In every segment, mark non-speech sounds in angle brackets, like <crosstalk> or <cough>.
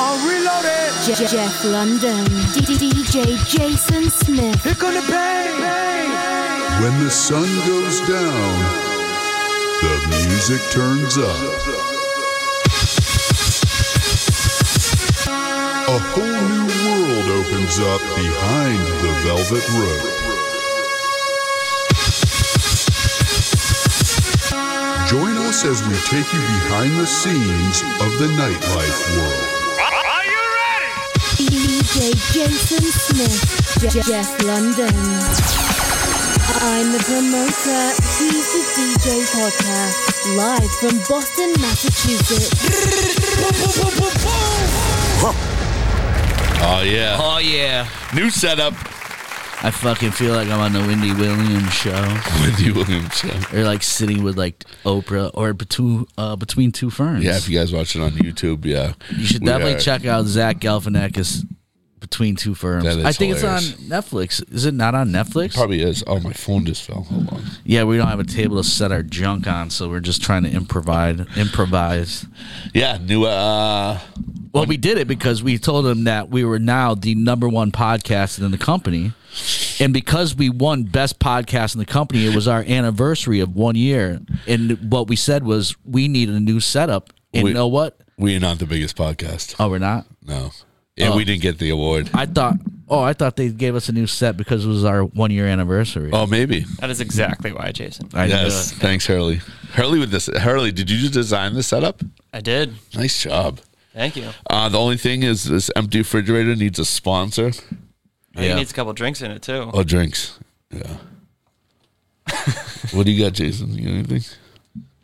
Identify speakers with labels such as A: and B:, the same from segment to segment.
A: on reloaded.
B: Je- Jeff London, D- D- DJ Jason Smith,
A: Here come the pain.
C: When the sun goes down, the music turns up. A whole new world opens up behind the velvet rope. Join us as we take you behind the scenes of the nightlife world.
D: Are you ready?
B: D- DJ Jason Smith, Je- Jeff London. I'm the promoter, he's the DJ podcast, live from Boston, Massachusetts.
E: Oh yeah.
F: Oh yeah,
E: New setup.
F: I fucking feel like I'm on the Wendy Williams show,
E: Wendy Williams show.
F: or like sitting with like Oprah, or between uh, between two ferns.
E: Yeah, if you guys watch it on YouTube, yeah.
F: you should
E: We uh,
F: definitely
E: are-
F: check out Zach Galifianakis between two ferns.
E: That is
F: I think
E: hilarious.
F: it's on Netflix. Is it not on Netflix?
E: Probably is. Oh, my phone just fell. Hold on.
F: Yeah, we don't have a table to set our junk on, so we're just trying to improvise. Improvise.
E: Yeah, new. uh
F: Well, we did it because we told them that we were now the number one podcast in the company. And because we won best podcast in the company, it was our anniversary of one year. And what we said was we need a new setup. And
E: We-
F: you know what?
E: We are not the biggest podcast.
F: Oh, we're not.
E: No, and we didn't get the award.
F: I thought. Oh, I thought they gave us a new set because it was our one year anniversary.
E: Oh, maybe.
G: That is exactly why, Jason.
F: I
E: Yes. Thanks, Hurley. Hurley with this. Hurley, did you just design the setup?
G: I did.
E: Nice job.
G: Thank you.
E: Uh, the only thing is, this empty refrigerator needs a sponsor.
G: I think it needs a couple drinks in it too.
E: Oh, drinks. Yeah. <laughs> what do you got, Jason? You got anything?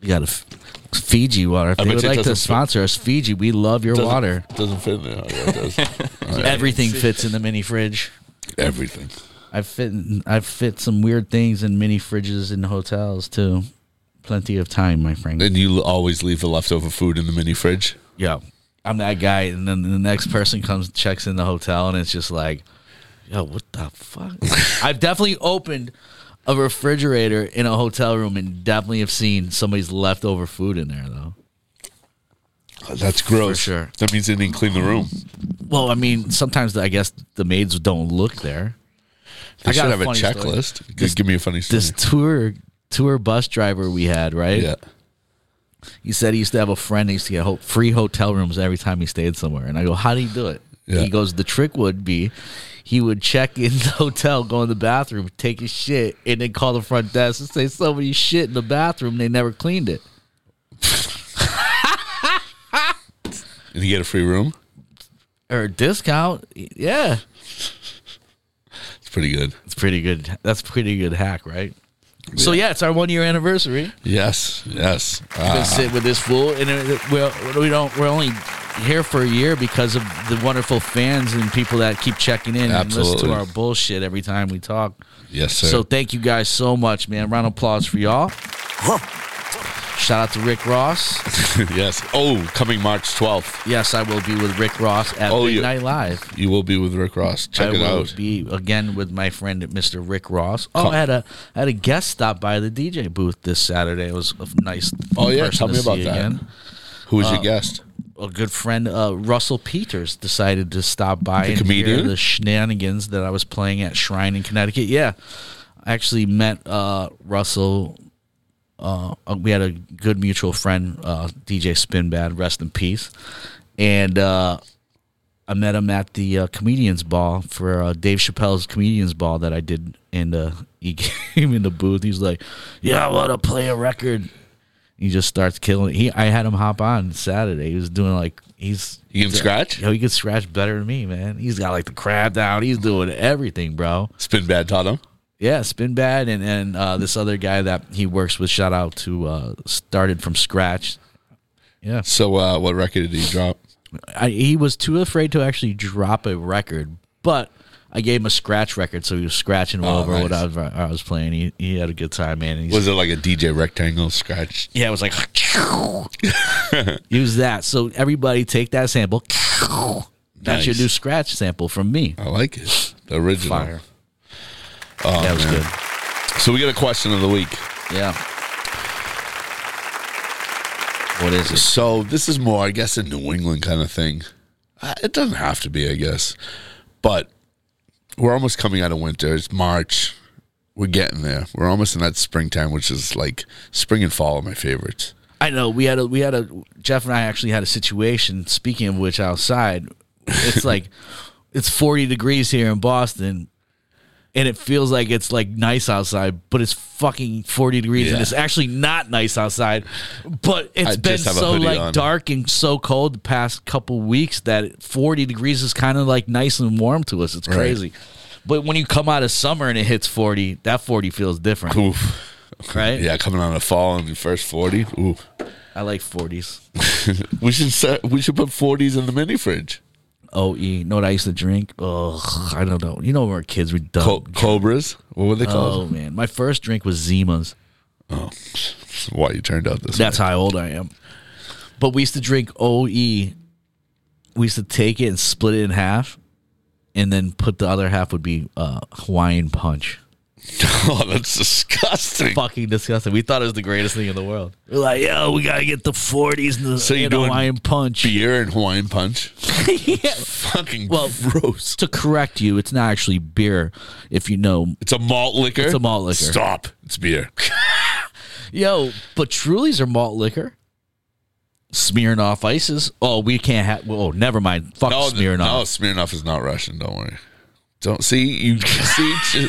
F: You got a f- Fiji water. If
E: I
F: they
E: bet
F: would
E: you it
F: like to
E: doesn't fit.
F: sponsor us, Fiji, we love your
E: Doesn't-
F: water.
E: doesn't fit in there. Oh, yeah, it does.
F: <laughs>
E: All right.
F: Everything fits in the mini fridge.
E: Everything.
F: I've fit I've fit some weird things in mini fridges in hotels too. Plenty of time, my friend.
E: And you l- always leave the leftover food in the mini fridge.
F: Yeah. I'm that guy and then the next person comes checks in the hotel and it's just like, yo, what the fuck?
E: <laughs>
F: I've definitely opened a refrigerator in a hotel room and definitely have seen somebody's leftover food in there though.
E: Oh, That's gross.
F: sure.
E: That means they didn't clean the room.
F: Well, I mean, sometimes I guess the maids don't look there.
E: They
F: I got
E: should
F: a
E: have a
F: funny story.
E: checklist. G-
F: This-
E: Give me a funny story.
F: This tour tour bus driver we had, right?
E: yeah.
F: He said he used to have a friend. He used to get ho- free hotel rooms every time he stayed somewhere. And I go, how do you do it?
E: Yeah.
F: He goes, the trick would be, he would check in <laughs> the hotel, go in the bathroom, take his shit, and then call the front desk and say somebody shit in the bathroom. They never cleaned it.
E: And you get a free room.
F: Or a discount, yeah,
E: It's pretty good.
F: it's pretty good. That's pretty good hack, right? So yeah, it's our one year anniversary.
E: Yes. Yes. Ah,
F: Gonna sit with this fool, and it- we're, we don't. We're only here for a year because of the wonderful fans and people that keep checking in and listen
E: Absolutely.
F: to our bullshit every time we talk.
E: yes, sir.
F: So thank you guys so much, man. Round of applause for y'all. Shout out to Rick Ross.
E: <laughs> yes. Oh, coming March 12th,
F: Yes, I will be with Rick Ross at
E: Oh, you-
F: Midnight Live.
E: you will be with Rick Ross. Check
F: I
E: it
F: will
E: out.
F: be again with my friend Mr. Rick Ross. Oh,
E: Come-
F: I had a I had a guest stop by the DJ booth this Saturday. It was a nice.
E: Oh, yeah.
F: person
E: Tell
F: to
E: me about
F: see
E: that.
F: again.
E: Who
F: uh,
E: is your guest?
F: A good friend, uh, Russell Peters, decided to stop by
E: The
F: and hear
E: comedian?
F: the shenanigans that I was playing at Shrine in Connecticut. Yeah, I actually met uh, Russell uh, we had a good mutual friend, uh, DJ Spinbad, rest in peace. And uh, I met him at the uh, comedians ball for uh, Dave Chappelle's comedians ball that I did, and uh, <laughs> he came in the booth. He's like, "Yeah, I want to play a record." He just starts killing. It. He, I had him hop on Saturday. He was doing like he's
E: You can scratch?
F: Yo, he can scratch better than me, man. He's got like the crab down. He's doing everything, bro.
E: Spin Bad taught him.
F: Yeah, Spin Bad and and uh, this other guy that he works with. Shout out to uh, started from scratch. Yeah,
E: So, uh, what record did he drop?
F: I, he was too afraid to actually drop a record, but I gave him a scratch record, so he was scratching
E: Oh,
F: over what I
E: nice.
F: was, I was playing. He, he had a good time, man. and he's-
E: Was it like a DJ Rectangle scratch?
F: yeah, it was like <laughs> use that. So everybody take that sample. That's your
E: Nice.
F: new scratch sample from me.
E: I like it. The original.
F: Fire.
E: Oh,
F: that was good.
E: So, we got a question of the week.
F: Yeah. What is it?
E: So, this is more, I guess, a New England kind of thing. Uh, It doesn't have to be, I guess. But we're almost coming out of winter. It's March. We're getting there. We're almost in that springtime, which is like spring and fall are my favorites.
F: I know we had a we had a Jeff and I actually had a situation. Speaking of which, outside, it's like <laughs> it's forty degrees here in Boston, and it feels like it's like nice outside, but it's fucking forty degrees, and
E: Yeah.
F: it's actually not nice outside. But it's
E: I
F: been
E: just have a
F: so
E: hoodie
F: like
E: on.
F: dark and so cold the past couple weeks that forty degrees is kind of like nice and warm to us. It's
E: Right.
F: crazy. But when you come out of summer and it hits forty, that forty feels different,
E: Oof.
F: right?
E: Yeah, coming on the fall and the first forty. Ooh,
F: I like forties.
E: we should set, we should put forties in the mini fridge.
F: OE. E. You know what I used to drink? Ugh, I don't know. You know when we were kids, we dumb.
E: Co- cobras. What were they
F: oh
E: called?
F: man, my first drink was Zima's.
E: Why you turned out this?
F: That's
E: way.
F: how old I am. But we used to drink OE. We used to take it and split it in half, and then put the other half would be uh, Hawaiian punch.
E: <laughs> oh, that's disgusting.
F: Fucking disgusting. We thought it was the greatest thing in the world. We're like, yo, we gotta get the forties and the
E: So you're
F: and
E: doing
F: Hawaiian punch.
E: Beer and Hawaiian
F: <laughs>
E: punch.
F: Yeah.
E: Fucking
F: Well,
E: gross.
F: To correct you, it's not actually beer. If you know
E: It's a malt liquor.
F: It's a malt liquor.
E: Stop. It's
F: <laughs>
E: beer.
F: Yo, but Truly's are malt liquor. Smirnoff ices. Oh, we can't have. Oh, never mind. Fuck
E: No, th-
F: Smirnoff.
E: no, Smirnoff is not Russian. Don't worry. Don't see you. <laughs> See, ju-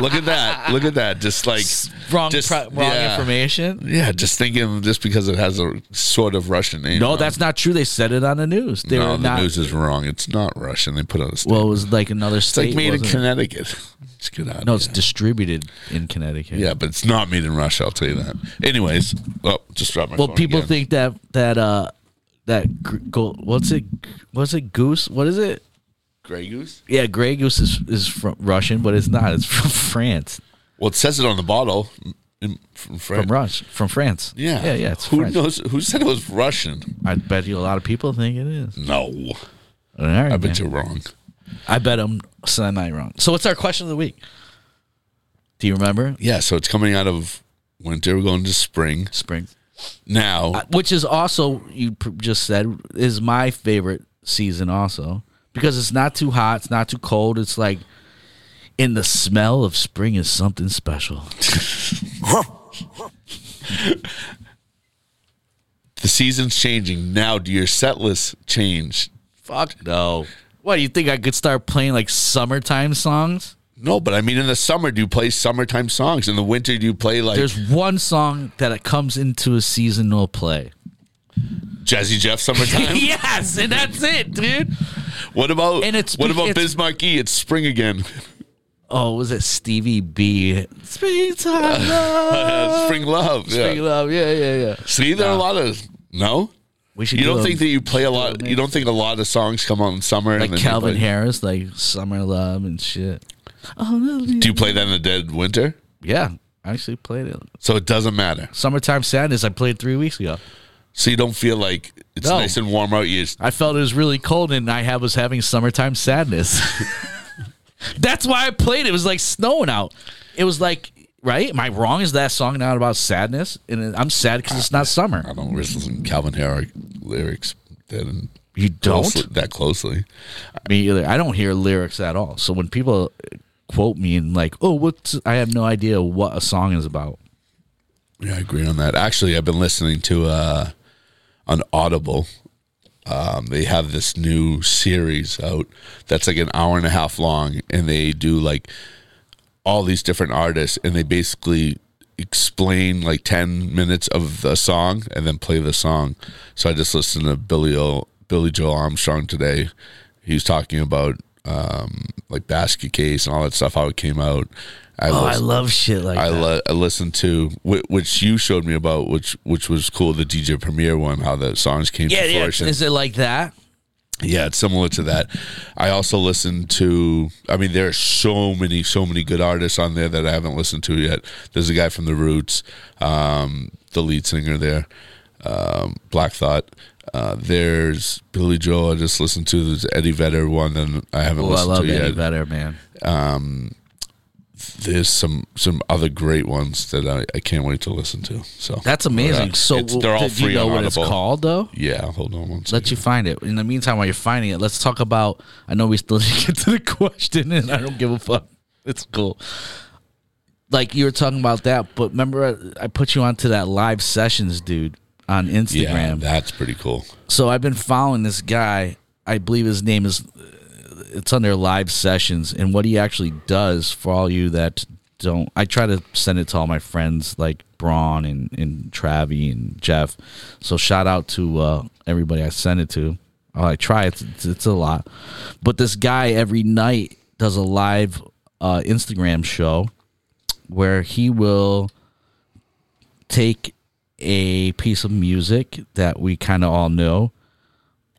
E: look at that. Look at that. Just like
F: wrong,
E: just-
F: pro- wrong
E: yeah.
F: information.
E: Yeah, just thinking just because it has a sort of Russian name.
F: No,
E: on
F: that's not true. They said it on the news.
E: it.
F: They
E: no.
F: were
E: The
F: not.
E: news is wrong. It's not Russian. They put out a statement.
F: well, it was like another
E: it's like
F: state.
E: made in
F: wasn't it?
E: Connecticut. It's good out.
F: no, it's
E: here.
F: distributed in Connecticut.
E: yeah, but it's not made in Russia. I'll tell you that. Anyways, oh, just dropped my.
F: Well,
E: phone
F: people
E: again.
F: think that that uh that gr- go, what's it? What's it? Goose? What is it?
E: Grey Goose.
F: Yeah, Grey Goose is is from Russian, but it's not. It's from <laughs> France.
E: Well, it says it on the bottle. In, from France.
F: From Rush. From France.
E: Yeah.
F: Yeah. Yeah. It's
E: Who
F: French.
E: knows? Who said it was Russian?
F: I bet you a lot of people think it is.
E: No,
F: All right,
E: I
F: I
E: bet
F: bet
E: you're wrong.
F: I bet I'm semi wrong. So what's our question of the week? Do you remember
E: Yeah, so it's coming out of winter. We're going to spring
F: spring, Uh,
E: now.
F: which is also you pr- just said is my favorite season also because it's not too hot, it's not too cold. It's like, and the smell of spring is something special.
E: the season's changing now. Do your set lists change?
F: Fuck <laughs> no. What do you think? I could start playing like summertime songs.
E: No, but I mean, in the summer, do you play summertime songs? In the winter, do you play like
F: There's one song that it comes into a seasonal play.
E: Jazzy Jeff summertime?
F: <laughs> yes, and that's it, dude.
E: What about
F: And it's-
E: what about
F: it's-
E: Bismarck E? It's spring again.
F: Oh, was it Stevie B?
E: <laughs>
F: Springtime love.
E: Uh, spring love. Yeah.
F: Ah, Spring love. Yeah, yeah, yeah.
E: See, there are a lot of no.
F: We should.
E: You
F: do
E: don't
F: a-
E: think that you play a lot. You don't think a lot of songs come out in summer.
F: like
E: then you
F: Calvin
E: play-
F: Harris, like summer love and shit. Oh,
E: Do you play that in the dead winter?
F: yeah. I actually played it.
E: So it doesn't matter.
F: Summertime sadness. I played three weeks ago.
E: So you don't feel like it's
F: No.
E: nice and warm out. You just-
F: I felt it was really cold, and I have, was having summertime sadness. <laughs> That's why I played. It It was like snowing out. It was like. Right? Am I wrong? Is that song not about sadness? And I'm sad because it's not summer.
E: I don't listen to Calvin Harris lyrics that
F: You don't?
E: closely, that closely.
F: me either. I don't hear lyrics at all. So when people quote me and like, oh, what's I have no idea what a song is about.
E: Yeah, I agree on that. Actually, I've been listening to uh, on Audible. Um, they have this new series out that's like an hour and a half long, and they do like all these different artists, and they basically explain like 10 minutes of the song and then play the song. So I just listened to Billy, o- Billy Joel Armstrong today. He was talking about um, like Basket Case and all that stuff, how it came out. I
F: Oh, I
E: listened-
F: love shit like
E: I,
F: that.
E: li- I listened to whi- which you showed me about, which which was cool. The DJ Premier one, how the songs came
F: yeah,
E: to
F: yeah.
E: fruition.
F: Is it like that?
E: yeah, it's similar to that. I also listened to. I mean, there are so many, so many good artists on there that I haven't listened to yet. There's a guy from the Roots, um, the lead singer there, um, Black Thought. Uh, there's Billy Joel. I just listened to there's Eddie Vedder one, and I haven't
F: Oh, I
E: listened
F: love
E: to
F: Eddie
E: yet.
F: better, man.
E: there's some some other great ones that I, I can't wait to listen to. So
F: That's amazing.
E: Yeah.
F: So
E: It's- they're all
F: did
E: free
F: you know
E: on
F: what it's
E: Audible.
F: called though?
E: Yeah, hold on one
F: Let
E: second.
F: you find it. In the meantime, while you're finding it, let's talk about. I know we still <laughs> didn't get to the question, and I don't give a fuck. It's cool. Like you were talking about that, but remember I, I put you onto that live sessions, dude, on
E: yeah,
F: Instagram.
E: that's pretty cool.
F: so I've been following this guy. I believe his name is. It's under live sessions, and what he actually does for all you that don't. I try to send it to all my friends like Braun and and Travi and Jeff. So shout out to uh, everybody I send it to. Oh, I try it's, it's it's a lot, but this guy every night does a live uh, Instagram show where he will take a piece of music that we kind of all know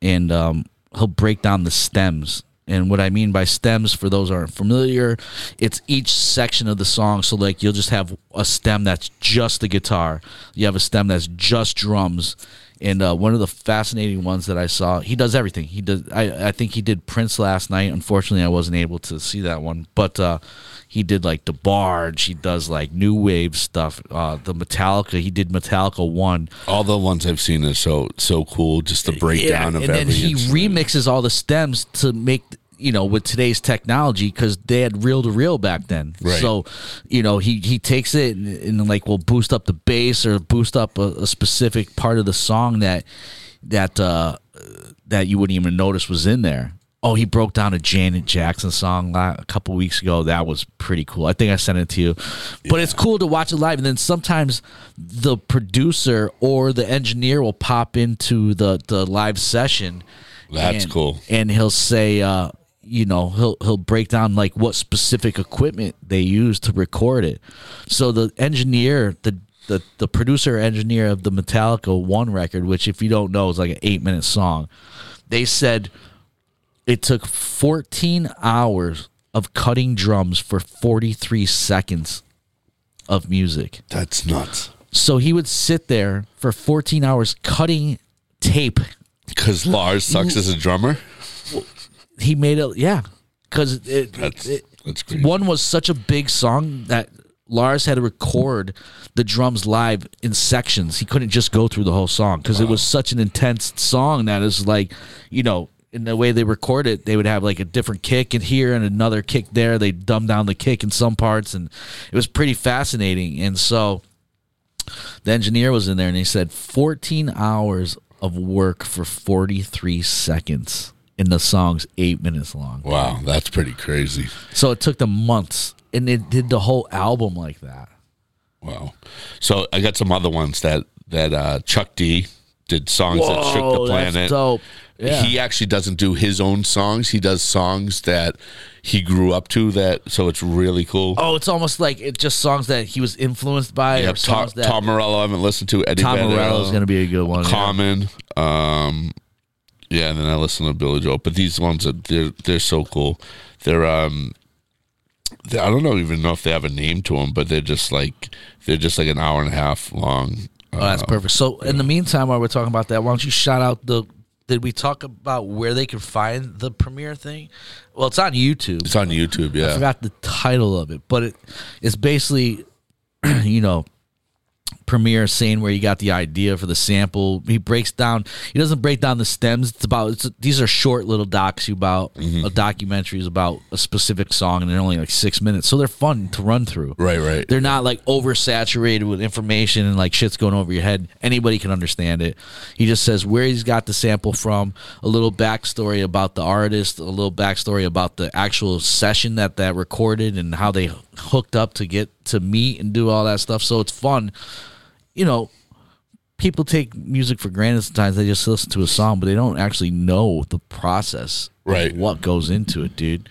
F: and um, he'll break down the stems and what i mean by stems for those who aren't familiar it's each section of the song so like you'll just have a stem that's just the guitar you have a stem that's just drums and uh, one of the fascinating ones that i saw he does everything he does I, I think he did prince last night unfortunately i wasn't able to see that one but uh, he did like the barge he does like new wave stuff uh, the metallica he did metallica one
E: All the ones I've seen are so so cool. Just the breakdown of
F: and
E: every.
F: then he
E: instrument.
F: remixes all the stems to make you know with today's technology because they had reel to reel back then.
E: Right.
F: So you know he he takes it and, and like will boost up the bass or boost up a, a specific part of the song that that uh that you wouldn't even notice was in there. Oh, he broke down a Janet Jackson song la- a couple weeks ago. That was pretty cool. I think I sent it to you. But it's cool to watch it live. And then sometimes the producer or the engineer will pop into the, the live session.
E: That's
F: and-
E: cool.
F: And he'll say, uh, you know, he'll he'll break down like what specific equipment they use to record it. So the engineer, the the, the producer engineer of the Metallica one record, which if you don't know is like an eight minute song, they said it took 14 hours of cutting drums for 43 seconds of music.
E: That's nuts.
F: So he would sit there for 14 hours cutting tape.
E: Because Lars sucks as a drummer.
F: He made it, yeah, because it,
E: That's
F: it-
E: that's crazy.
F: one was such a big song that Lars had to record the drums live in sections. He couldn't just go through the whole song because it was such an intense song that is like, you know, in the way they record it, they would have like a different kick in here and another kick there. They dumb down the kick in some parts, and it was pretty fascinating. And so the engineer was in there and he said 14 hours of work for 43 seconds. And the song's eight minutes long.
E: Wow, that's pretty crazy.
F: So it took them months, and they did the whole album like that.
E: Wow. So I got some other ones that that uh, Chuck D did songs that shook the planet.
F: That's dope. Yeah.
E: He actually doesn't do his own songs. He does songs that he grew up to. That so it's really cool.
F: oh, it's almost like it's just songs that he was influenced by.
E: yeah,
F: or songs
E: Tom,
F: that
E: Tom Morello. I haven't listened to Eddie.
F: Tom
E: Vedder,
F: Morello is going to be a good one. yeah.
E: Common. Um, yeah, and then I listen to Billy Joel. But these ones are they're they're so cool. They're um, they, I don't know even know if they have a name to them, but they're just like they're just like an hour and a half long. Uh,
F: Oh, that's perfect. So in the meantime, while we're talking about that, why don't you shout out the? Did we talk about where they can find the premiere thing? Well, it's on YouTube.
E: It's on YouTube. Yeah,
F: I forgot the title of it, but it it's basically, <clears throat> you know, Premiere saying where you got the idea for the sample. He breaks down. He doesn't break down the stems. It's about it's, these are short little docs about uh, documentaries about a specific song, and they're only like six minutes, so they're fun to run through.
E: Right, right.
F: They're not like oversaturated with information and like shit's going over your head. Anybody can understand it. He just says where he's got the sample from, a little backstory about the artist, a little backstory about the actual session that that recorded and how they hooked up to get to meet and do all that stuff. So it's fun. You know, people take music for granted sometimes. They just listen to a song, but they don't actually know the process, of
E: Right.
F: What goes into it, dude.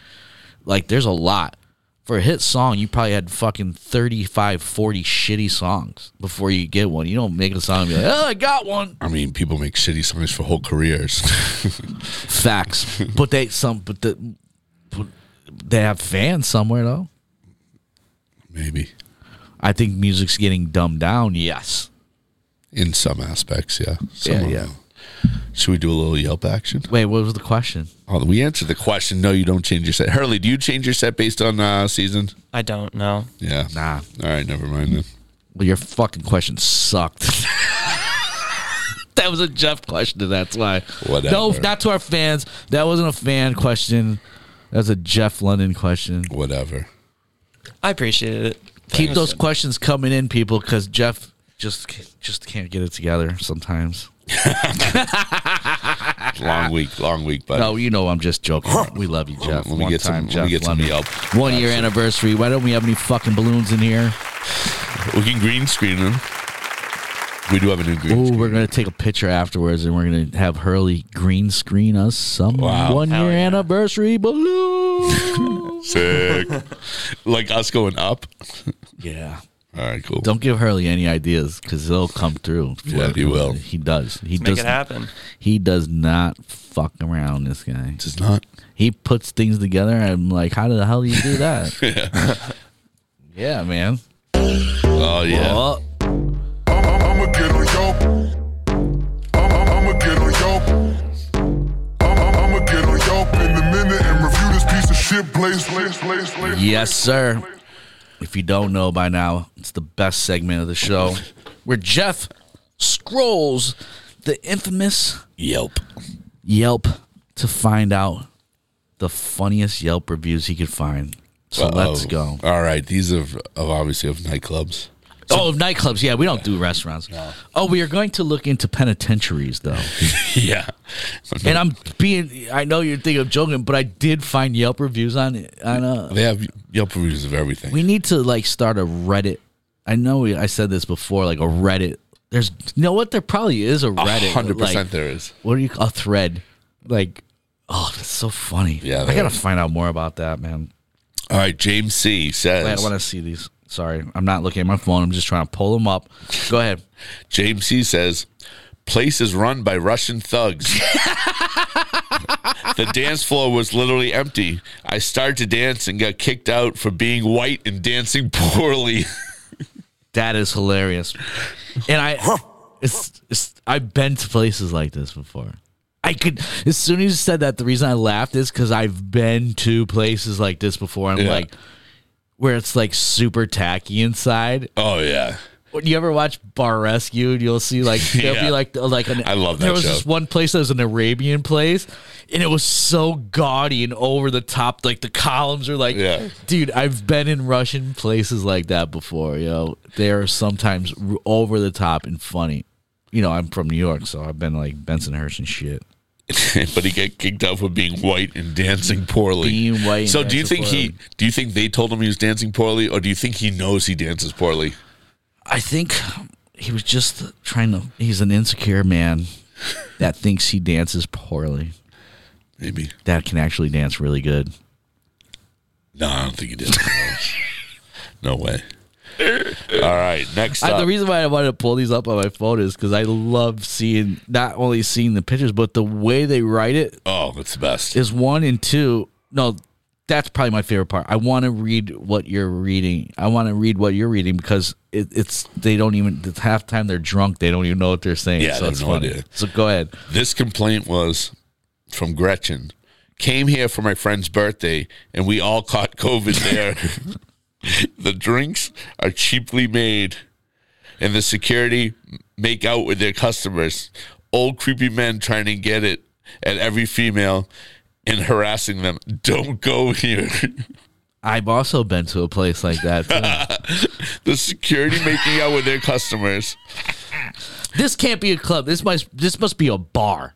F: Like, there's a lot. For a hit song, you probably had fucking 35, 40 shitty songs before you get one. You don't make a song and be like, oh, I got one.
E: I mean, people make shitty songs for whole careers. <laughs>
F: Facts. <laughs> but they, some, but the, but they have fans somewhere, though.
E: Maybe
F: I think music's getting dumbed down. Yes.
E: in some aspects, yeah. Some
F: Yeah,
E: of
F: yeah.
E: them. Should we do a little Yelp action?
F: Wait, what was the question?
E: Oh, we answered the question. No, you don't change your set. Hurley, do you change your set based on uh, season?
G: I don't know.
E: Yeah.
F: Nah.
E: All right, never mind then.
F: Well, your fucking question sucked. <laughs> that was a Jeff question. That's why.
E: Whatever.
F: No, not to our fans. That wasn't a fan question. That was a Jeff London question.
E: Whatever.
G: I appreciate it.
F: Keep
G: Thanks.
F: those questions coming in, people, because Jeff just ca- just can't get it together sometimes.
E: <laughs> Long week, long week, but
F: No, Oh, you know I'm just joking. We love you,
E: Let
F: Jeff.
E: me
F: One
E: get some-
F: time,
E: let me
F: Jeff
E: get some
F: London.
E: Yelp
F: One year anniversary. Why don't we have any fucking balloons in here?
E: we can green screen them. We do have a new green
F: Ooh,
E: screen.
F: we're gonna take a picture afterwards, and we're gonna have Hurley green screen us some
E: Wow.
F: one year
G: Hell yeah.
F: anniversary
E: <laughs>
F: balloon.
E: Sick.
F: <laughs>
E: like us going up. <laughs>
F: yeah.
E: All right, cool.
F: <laughs> Don't give Hurley any ideas because they'll come through.
E: Yeah, he will.
F: He does. He
G: Make
F: does.
G: it happen.
F: He does not fuck around. This guy.
E: Does <laughs> not.
F: He puts things together. and I'm like, how the hell do you do
E: <laughs>
F: that? yeah. man.
E: Oh yeah.
F: Oh,
A: I'ma get on Yelp. I'ma get on Yelp. I'ma get on Yelp in a minute and review this piece of shit. Blaze, blaze, blaze, blaze.
F: yes, sir. If you don't know by now, it's the best segment of the show, where Jeff scrolls the infamous
E: Yelp.
F: Yelp to find out the funniest Yelp reviews he could find. So let's
E: Uh-oh.
F: go.
E: Oh. All right, these are, of obviously of
F: <laughs>
E: nightclubs.
F: Oh, nightclubs. Yeah, we don't do restaurants. Oh, we are going to look into
E: <laughs>
F: penitentiaries, though.
E: yeah.
F: and I'm being, I know you're thinking of joking, but I did find Yelp reviews on on uh,
E: they have Yelp reviews of everything.
F: We need to like start a Reddit. I know we, I said this before, like a Reddit. There's you know what? There probably is a Reddit.
E: hundred
F: like,
E: percent there is.
F: What do you call a thread? Like, oh, that's so funny.
E: Yeah,
F: I gotta
E: there-
F: find out more about that, man.
E: All right, James C says.
F: Wait, I want to see these. Sorry, I'm not looking at my phone. I'm just trying to pull them up. Go ahead.
E: James C says, place is run by Russian thugs. the dance floor was literally empty. I started to dance and got kicked out for being white and dancing poorly. <laughs>
F: That is hilarious. And I, it's, it's, I've been to places like this before. I could, as soon as you said that, the reason I laughed is because I've been to places like this before. I'm
E: Yeah.
F: like, where it's like super tacky inside.
E: oh yeah. <laughs>
F: When You ever watch Bar Rescue? And you'll see like there'll
E: Yeah.
F: be like like an.
E: I love that
F: There was
E: show.
F: this one place that was an Arabian place, and it was so gaudy and over the top. Like the columns are like,
E: Yeah.
F: dude, I've been in Russian places like that before. You know, they are sometimes r- over the top and funny. You know, I'm from New York, so I've been like Bensonhurst and shit.
E: but he got kicked out for being white and dancing poorly.
F: Being white and
E: So do you
F: dancing
E: think he?
F: poorly.
E: Do you think they told him he was dancing poorly, or do you think he knows he dances poorly?
F: I think he was just trying to. He's an insecure man that thinks he dances poorly.
E: Maybe.
F: That can actually dance really good.
E: No, I don't think he
F: <laughs>
E: did. no way. All right, next
F: I,
E: up.
F: the reason why I wanted to pull these up on my phone is because I love seeing not only seeing the pictures, but the way they write it
E: oh, that's the best.
F: is one and two. No, that's probably my favorite part. I want to read what you're reading. I want to read what you're reading because it, it's they don't even it's half time they're drunk. They don't even know what they're saying.
E: Yeah,
F: so
E: they have
F: it's
E: no
F: funny.
E: idea.
F: So go ahead.
E: This complaint was from Gretchen. Came here for my friend's birthday, and we all caught COVID
F: <laughs>
E: there. the drinks are cheaply made, and the security make out with their customers. Old creepy men trying to get it at every female and harassing them. <laughs> Don't go here. <laughs>
F: I've also been to a place like that.
E: <laughs>
F: too.
E: the security making out with their customers.
F: this can't be a club. This must this must be a bar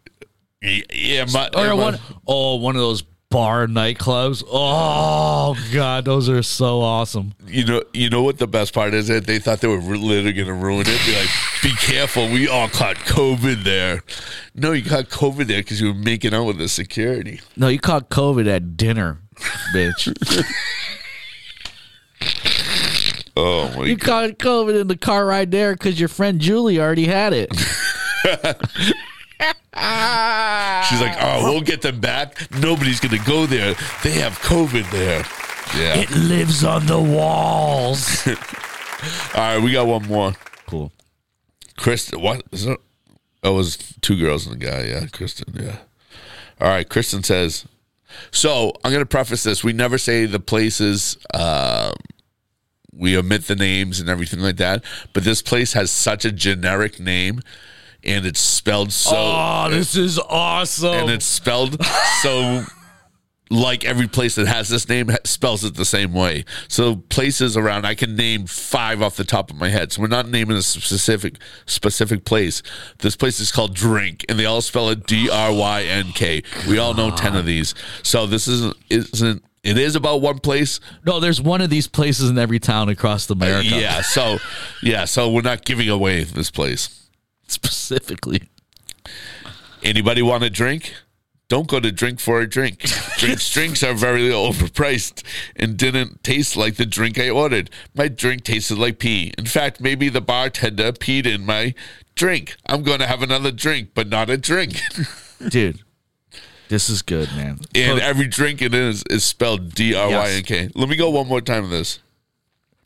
E: Y- Yeah, my,
F: or
E: yeah,
F: a
E: my-
F: one oh one of those bar nightclubs. Oh god, those are so awesome.
E: you know, you know what the best part is that they thought they were literally going to ruin it. Be like, be careful, we all caught COVID there. No, you caught COVID there because you were making out with the security.
F: No, you caught COVID at dinner, bitch.
E: <laughs> Oh my
F: you
E: god!
F: caught COVID in the car ride there because your friend Julie already had it.
E: She's like, oh, we'll get them back. Nobody's going to go there. They have COVID there. Yeah.
F: it lives on the
E: <laughs>
F: walls.
E: all right, we got one more.
F: cool.
E: Chris, what is it? Oh, it was two girls and a guy. Yeah, Kristen. Yeah. All right. Kristen says, so I'm going to preface this. We never say the places. Uh, we omit the names and everything like that. But this place has such a generic name and it's spelled so.
F: oh, this is awesome.
E: and it's spelled so like every place that has this name ha- spells it the same way. So places around I can name five off the top of my head. So we're not naming a specific specific place. This place is called Drink and they all spell it D R Y N K. We all know 10 of these. So this isn't isn't it is about one place.
F: no, there's one of these places in every town across America.
E: Yeah, so yeah, so we're not giving away this place.
F: specifically.
E: Anybody want a drink? Don't go to drink for a drink. Drinks, drinks are very overpriced and didn't taste like the drink I ordered. My drink tasted like pee. In fact, maybe the bartender peed in my drink. I'm going to have another drink, but not a drink. <laughs>
F: Dude, this is good, man.
E: and
F: Look,
E: every drink in it is, is spelled D R Y N K. Let me go one more time with this.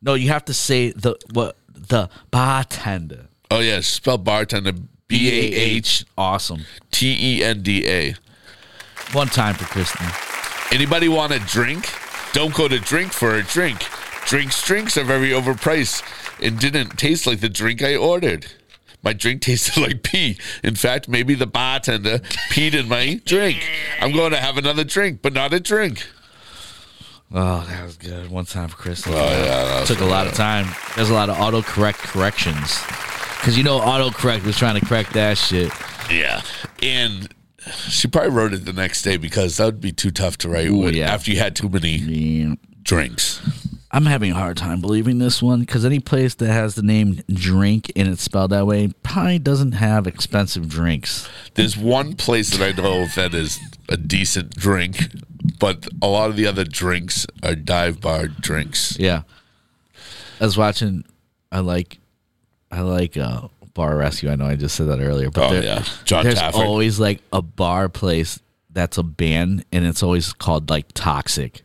F: no, you have to say the what the bartender.
E: Oh, yeah, spell bartender B A H
F: Awesome.
E: T E N D A.
F: One time for Kristen.
E: Anybody want a drink? Don't go to drink for a drink. Drinks, drinks are very overpriced and didn't taste like the drink I ordered. My drink <laughs> tasted like pee. In fact, maybe the bartender <laughs> peed in my drink. I'm going to have another drink, but not a drink.
F: Oh, that was good. One time for
E: Oh,
F: Kristen. Took a lot of time. There's a lot of autocorrect corrections. Because you know, autocorrect was trying to correct that shit.
E: Yeah. And she probably wrote it the next day because that would be too tough to write when-
F: yeah.
E: after you had too many
F: Yeah.
E: drinks.
F: I'm having a hard time believing this one because any place that has the name drink and it's spelled that way probably doesn't have expensive drinks.
E: There's one place that I know of that is a decent drink, but a lot of the other drinks are dive bar drinks.
F: Yeah. I was watching I like I like uh Bar Rescue. I know I just said that earlier, but
E: Oh,
F: there-
E: yeah. John
F: there's
E: Taffer.
F: always like a bar place that's a band and it's always called like
E: <laughs>
F: Toxic.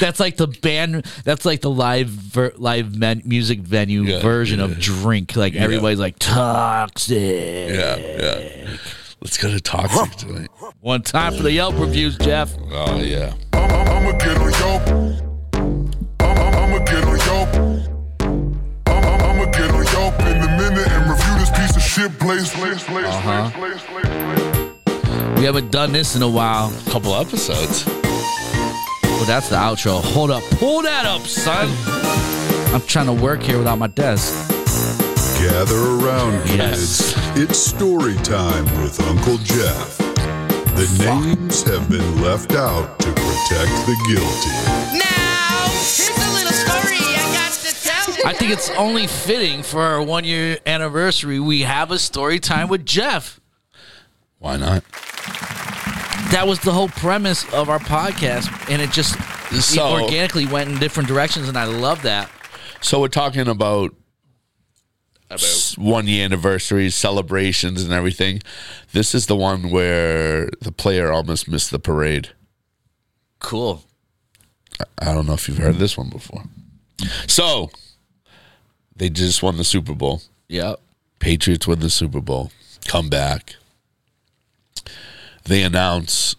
F: that's like the band that's like the live ver, live men, music venue
E: Yeah,
F: version of drink like everybody's like toxic
E: Yeah, yeah. Let's go to toxic tonight.
F: one time for the yelp reviews jeff
E: Oh yeah.
A: I'm, I'm, I'ma get on Yelp. I'm, I'm, I'ma get on Yelp. I'm, I'm, I'ma get on Yelp in a minute and review this piece of shit. Place, place, place, place, place, place, place.
F: we haven't done this in a while
E: Couple episodes.
F: Well, that's the outro. Hold up. Pull that up, son. I'm trying to work here without my desk.
C: Gather around,
F: Yes.
C: kids. It's story time with Uncle Jeff. The names have been left out to protect the guilty.
D: Now, here's a little story I got to tell you.
F: I think it's only fitting for our one year anniversary. We have a story time with Jeff.
E: Why not?
F: That was the whole premise of our podcast, and it just it
E: So-
F: organically went in different directions, and I love that.
E: So we're talking about, s- one year anniversaries, celebrations, and everything. This is the one where the player almost missed the parade.
F: Cool.
E: I don't know if you've heard this one before. So they just won the Super Bowl.
F: Yep.
E: Patriots win the Super Bowl, come back. They announce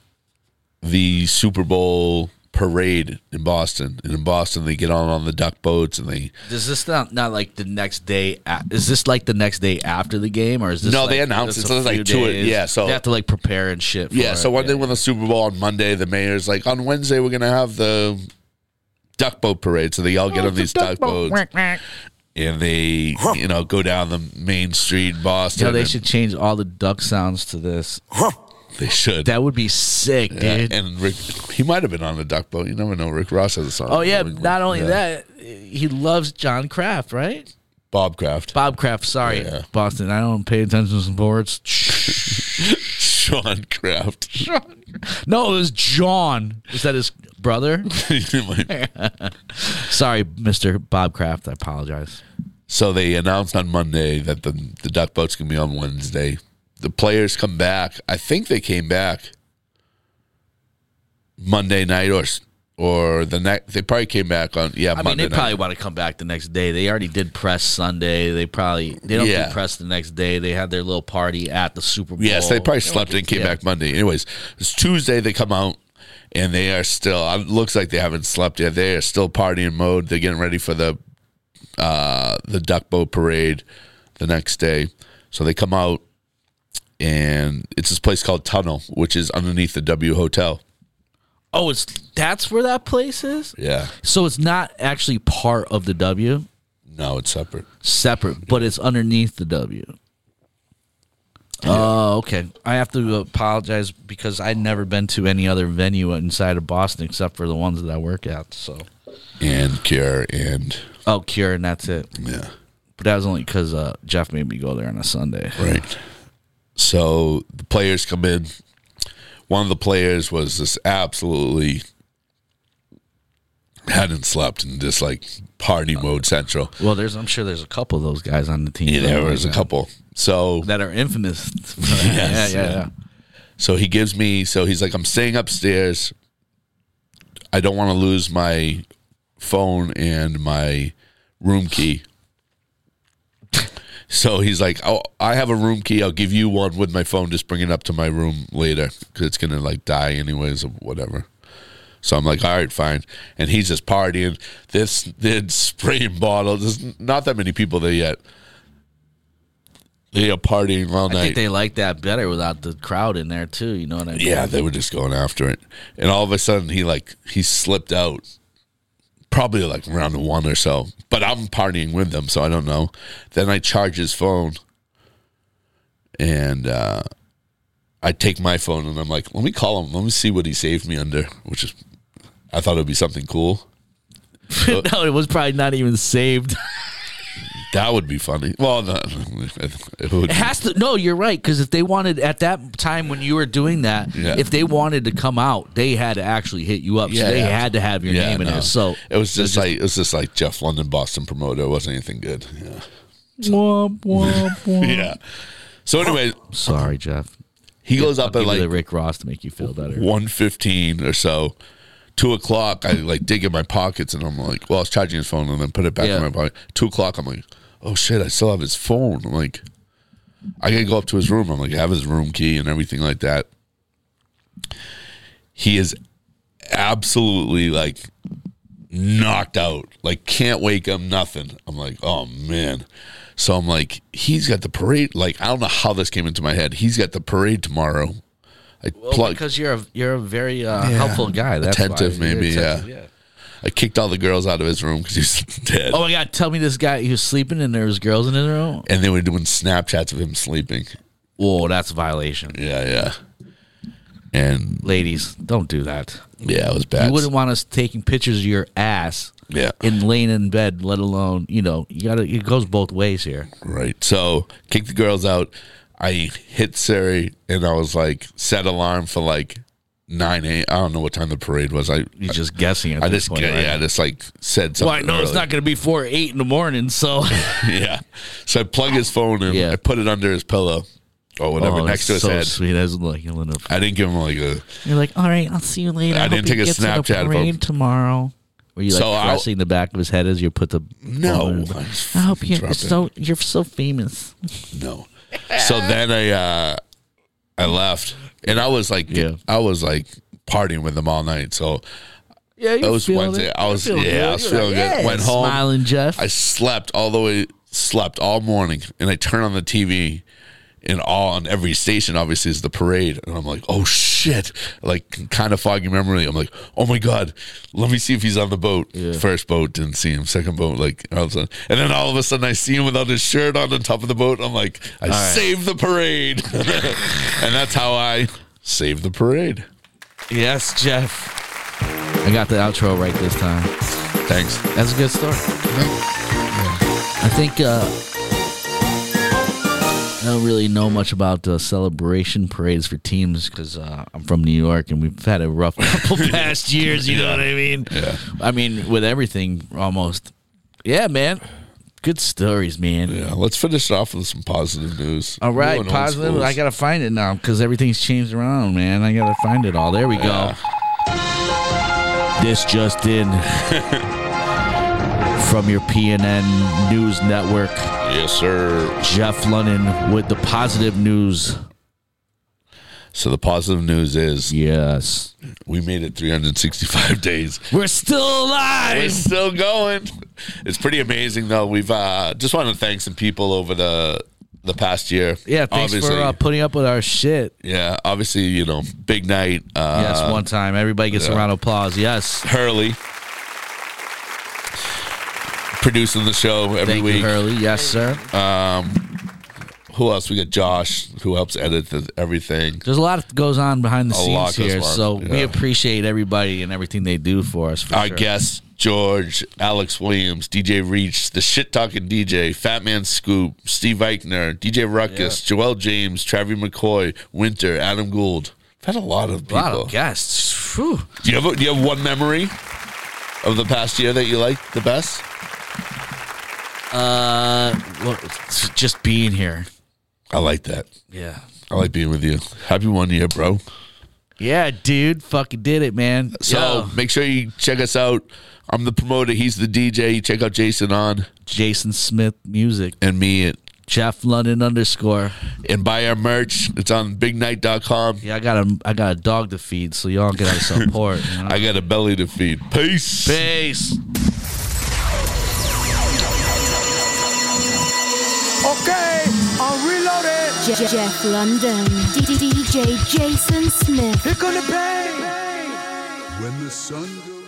E: the Super Bowl parade in Boston. And in Boston, they get on on the duck boats and they.
F: Is this not, not like the next day? a- Is this like the next day after the game, or is this
E: No,
F: like
E: they announced
F: just
E: it,
F: a
E: so it's like
F: few
E: two-
F: days?
E: yeah, so-
F: they have to like prepare and shit. For
E: Yeah, so
F: it.
E: when they win the Super Bowl on Monday, the mayor's like, on Wednesday, we're going to have the duck boat parade. So they all get on these duck, boats and they, you know, go down the main street in Boston.
F: Yeah, they
E: and-
F: should change all the duck sounds to this.
E: They should.
F: That would be sick,
E: Yeah,
F: dude.
E: and Rick, he might have been on the duck boat. You never know. Rick Ross has a song.
F: oh yeah,
E: Rick-
F: not only
E: yeah.
F: that, he loves John Kraft, right?
E: Bob Craft.
F: Bob Kraft, sorry,
E: Yeah.
F: Boston. I don't pay attention to sports. <laughs>
E: <laughs> Sean Kraft. <laughs>
F: no, it was John. Is that his
E: <laughs>
F: brother? sorry, Mister Bob Kraft. I apologize.
E: so they announced on Monday that the the duck boat's gonna be on Wednesday. The players come back. I think they came back Monday night or s- or the next. They probably came back on yeah
F: I mean,
E: Monday
F: they probably
E: night.
F: want to come back the next day. They already did press Sunday. They probably they don't
E: Yeah.
F: do press the next day. They had their little party at the Super Bowl.
E: Yes, they probably slept and came
F: Yeah.
E: back Monday. Anyways, it's Tuesday. They come out and they are still. It looks like they haven't slept yet. They are still partying mode. They're getting ready for the uh, the duck boat parade the next day. So they come out and it's this place called Tunnel, which is underneath the W Hotel.
F: Oh, it's that's where that place is.
E: Yeah,
F: So it's not actually part of the W,
E: no, it's separate.
F: separate, but it's underneath the W. Oh, okay. I have to apologize because I'd never been to any other venue inside of Boston except for the ones that I work at. So,
E: And Cure and
F: oh, Cure, and that's it.
E: yeah.
F: But that was only because uh, Jeff made me go there on a Sunday.
E: Right. So the players come in. One of the players was this absolutely hadn't slept and just like party mode central.
F: Well, there's I'm sure there's a couple of those guys on the team.
E: Yeah, there was a couple. So
F: that are infamous. <laughs>
E: Yes,
F: yeah, yeah,
E: yeah.
F: yeah.
E: so he gives me so he's like I'm staying upstairs. I don't want to lose my phone and my room key. So he's like, "Oh, I have a room key. I'll give you one with my phone. Just bring it up to my room later because it's gonna like die anyways or whatever." So I'm like, "All right, fine." And he's just partying. This this spraying <laughs> bottle. There's not that many people there yet. They are partying all
F: I
E: night.
F: think they like that better without the crowd in there too. You know what I mean?
E: Yeah, they were just going after it. And all of a sudden he like he slipped out. Probably like round one or so. But I'm partying with them, so I don't know. Then I charge his phone and uh I take my phone and I'm like, let me call him, let me see what he saved me under, which is I thought it would be something cool.
F: <laughs> no, it was probably not even saved.
E: That would be funny. Well, no, <laughs> it would
F: It has to. No, you're right. Because if they wanted at that time when you were doing that,
E: Yeah.
F: if they wanted to come out, they had to actually hit you up.
E: Yeah,
F: so they
E: yeah.
F: had to have your
E: yeah,
F: name in
E: no.
F: there.
E: <laughs>
F: So
E: it was just like it was just like Jeff London Boston promoter. It wasn't anything good. Yeah.
F: womp, womp, <laughs> womp.
E: yeah. So anyway,
F: Sorry, Jeff.
E: he goes up
F: I'll
E: at
F: give you
E: like
F: the Rick Ross to make you feel better.
E: one fifteen or so, two o'clock. I like dig in my pockets and I'm like, well, I was charging his phone and then put it back
F: Yeah.
E: in my pocket. Two o'clock, I'm like, oh shit, I still have his phone. I'm like, I gotta go up to his room. I'm like, I have his room key and everything like that. He is absolutely like knocked out, like can't wake up, nothing. I'm like, oh man. So I'm like, he's got the parade. Like, I don't know how this came into my head. He's got the parade tomorrow. I
F: Well, because you're a you're a very uh, helpful guy. That's why.
E: Attentive,
F: You're
E: maybe,
F: attentive,
E: yeah. I kicked all the girls out of his room because he was <laughs> dead.
F: Oh my god! Tell me this guy. He was sleeping and there was girls in his room.
E: And they were doing Snapchats of him sleeping.
F: Whoa, that's a violation.
E: Yeah, yeah. And
F: Ladies, don't do that.
E: yeah, it was bad.
F: you wouldn't want us taking pictures of your ass
E: Yeah.
F: in laying in bed, let alone you know you gotta. It goes both ways here.
E: Right. So kick the girls out. I hit Siri and I was like, set alarm for like 9 a.m. I don't know what time the parade was. I,
F: You're just guessing at
E: I
F: this
E: just,
F: point.
E: yeah,
F: right?
E: I just like said something.
F: Well, I know it's
E: early. <laughs>
F: not going to be four eight in the morning, so
E: yeah. So I plug his phone in.
F: Yeah.
E: I put it under his pillow or whatever
F: Oh,
E: next to his
F: so
E: head.
F: Sweet, I was like, you're like,
E: I didn't give him like a.
H: You're like, all right, I'll see you later.
E: I
H: hope
E: didn't
H: he
E: take a
H: gets to the
E: Snapchat of him.
H: parade tomorrow.
F: were you like
E: So I-
F: caressing the back of his head as you put the
E: No.
H: I hope you're
E: Oh, Drop it.
H: so you're so famous.
E: No. So then I uh I left and I was like
F: Yeah.
E: I was like partying with them all night. So
H: Yeah,
E: it was Wednesday. I was yeah, I was feeling good. Went home.
H: Smiling Jeff.
E: I slept all the way slept all morning and I turn on the TV and all on every station obviously is the parade and I'm like, "Oh shit." Like kind of foggy memory. I'm like, "Oh my god, let me see if he's on the boat." First boat didn't see him. Second boat like all of a sudden. And then all of a sudden I see him without his shirt on the top of the boat. I'm like, "I saved the
F: <laughs>
E: parade." and that's how I saved the parade.
F: Yes, Jeff. I got the outro right this time.
E: Thanks.
F: That's a good story. I think uh, I don't really know much about uh, celebration parades for teams because uh, I'm from New York and we've had a rough <laughs> couple past years. You know what I mean? Yeah. I mean, with everything almost. Yeah, man. Good stories, man.
E: Yeah, let's finish it off with some positive news.
F: All
E: We
F: right,
E: went old
F: positive.
E: schools.
F: I gotta find it now because everything's changed around, man. I gotta find it all. There we go. This just in <laughs> from your PNN News Network.
E: Yes, sir.
F: Jeff London with the positive news.
E: So the positive news is
F: Yes.
E: we made it 365 <laughs> days.
F: We're still
E: We're
F: alive.
E: still going. It's pretty amazing though. We've uh, just want to thank some people over the the past year.
F: Yeah, thanks for uh, putting up with our shit.
E: yeah, obviously, you know, big night. Uh,
F: Yes, one time. Everybody gets a
E: yeah.
F: round of applause. Yes.
E: Hurley producing the show every
F: Thank
E: week.
F: you, Hurley. Yes, sir.
E: Who else? We got Josh, who helps edit the, everything.
F: There's a lot that goes on behind the
E: A lot
F: scenes
E: goes
F: here,
E: on,
F: so we
E: yeah.
F: appreciate everybody and everything they do for us. For
E: Our
F: sure.
E: guests: George, Alex Williams, DJ Reach, the shit talking DJ, Fat Man Scoop, Steve Eichner, DJ Ruckus, Joel James, Travis McCoy, Winter, Adam Gould. We've had a lot of
F: a
E: people.
F: lot of guests. Whew.
E: Do you have a, do you have one memory of the past year that you liked the best?
F: Uh, look, it's just being here.
E: I like that.
F: Yeah.
E: I like being with you. Happy one year, bro.
F: Yeah, dude, fucking did it, man.
E: So
F: Yo,
E: make sure you check us out. I'm the promoter. He's the DJ. Check out Jason on
F: Jason Smith music,
E: and me. And,
F: Jeff London underscore.
E: and buy our merch. It's on bignight.com.
F: Yeah, I got a I got a dog to feed, so y'all
E: <laughs>
F: gotta support. you know?
E: I got a belly to feed. Peace.
F: Peace.
I: Okay, I'm reloaded.
B: Je- Jeff London, D- D- DJ Jason Smith.
I: Here come the pain.
C: When the sun goes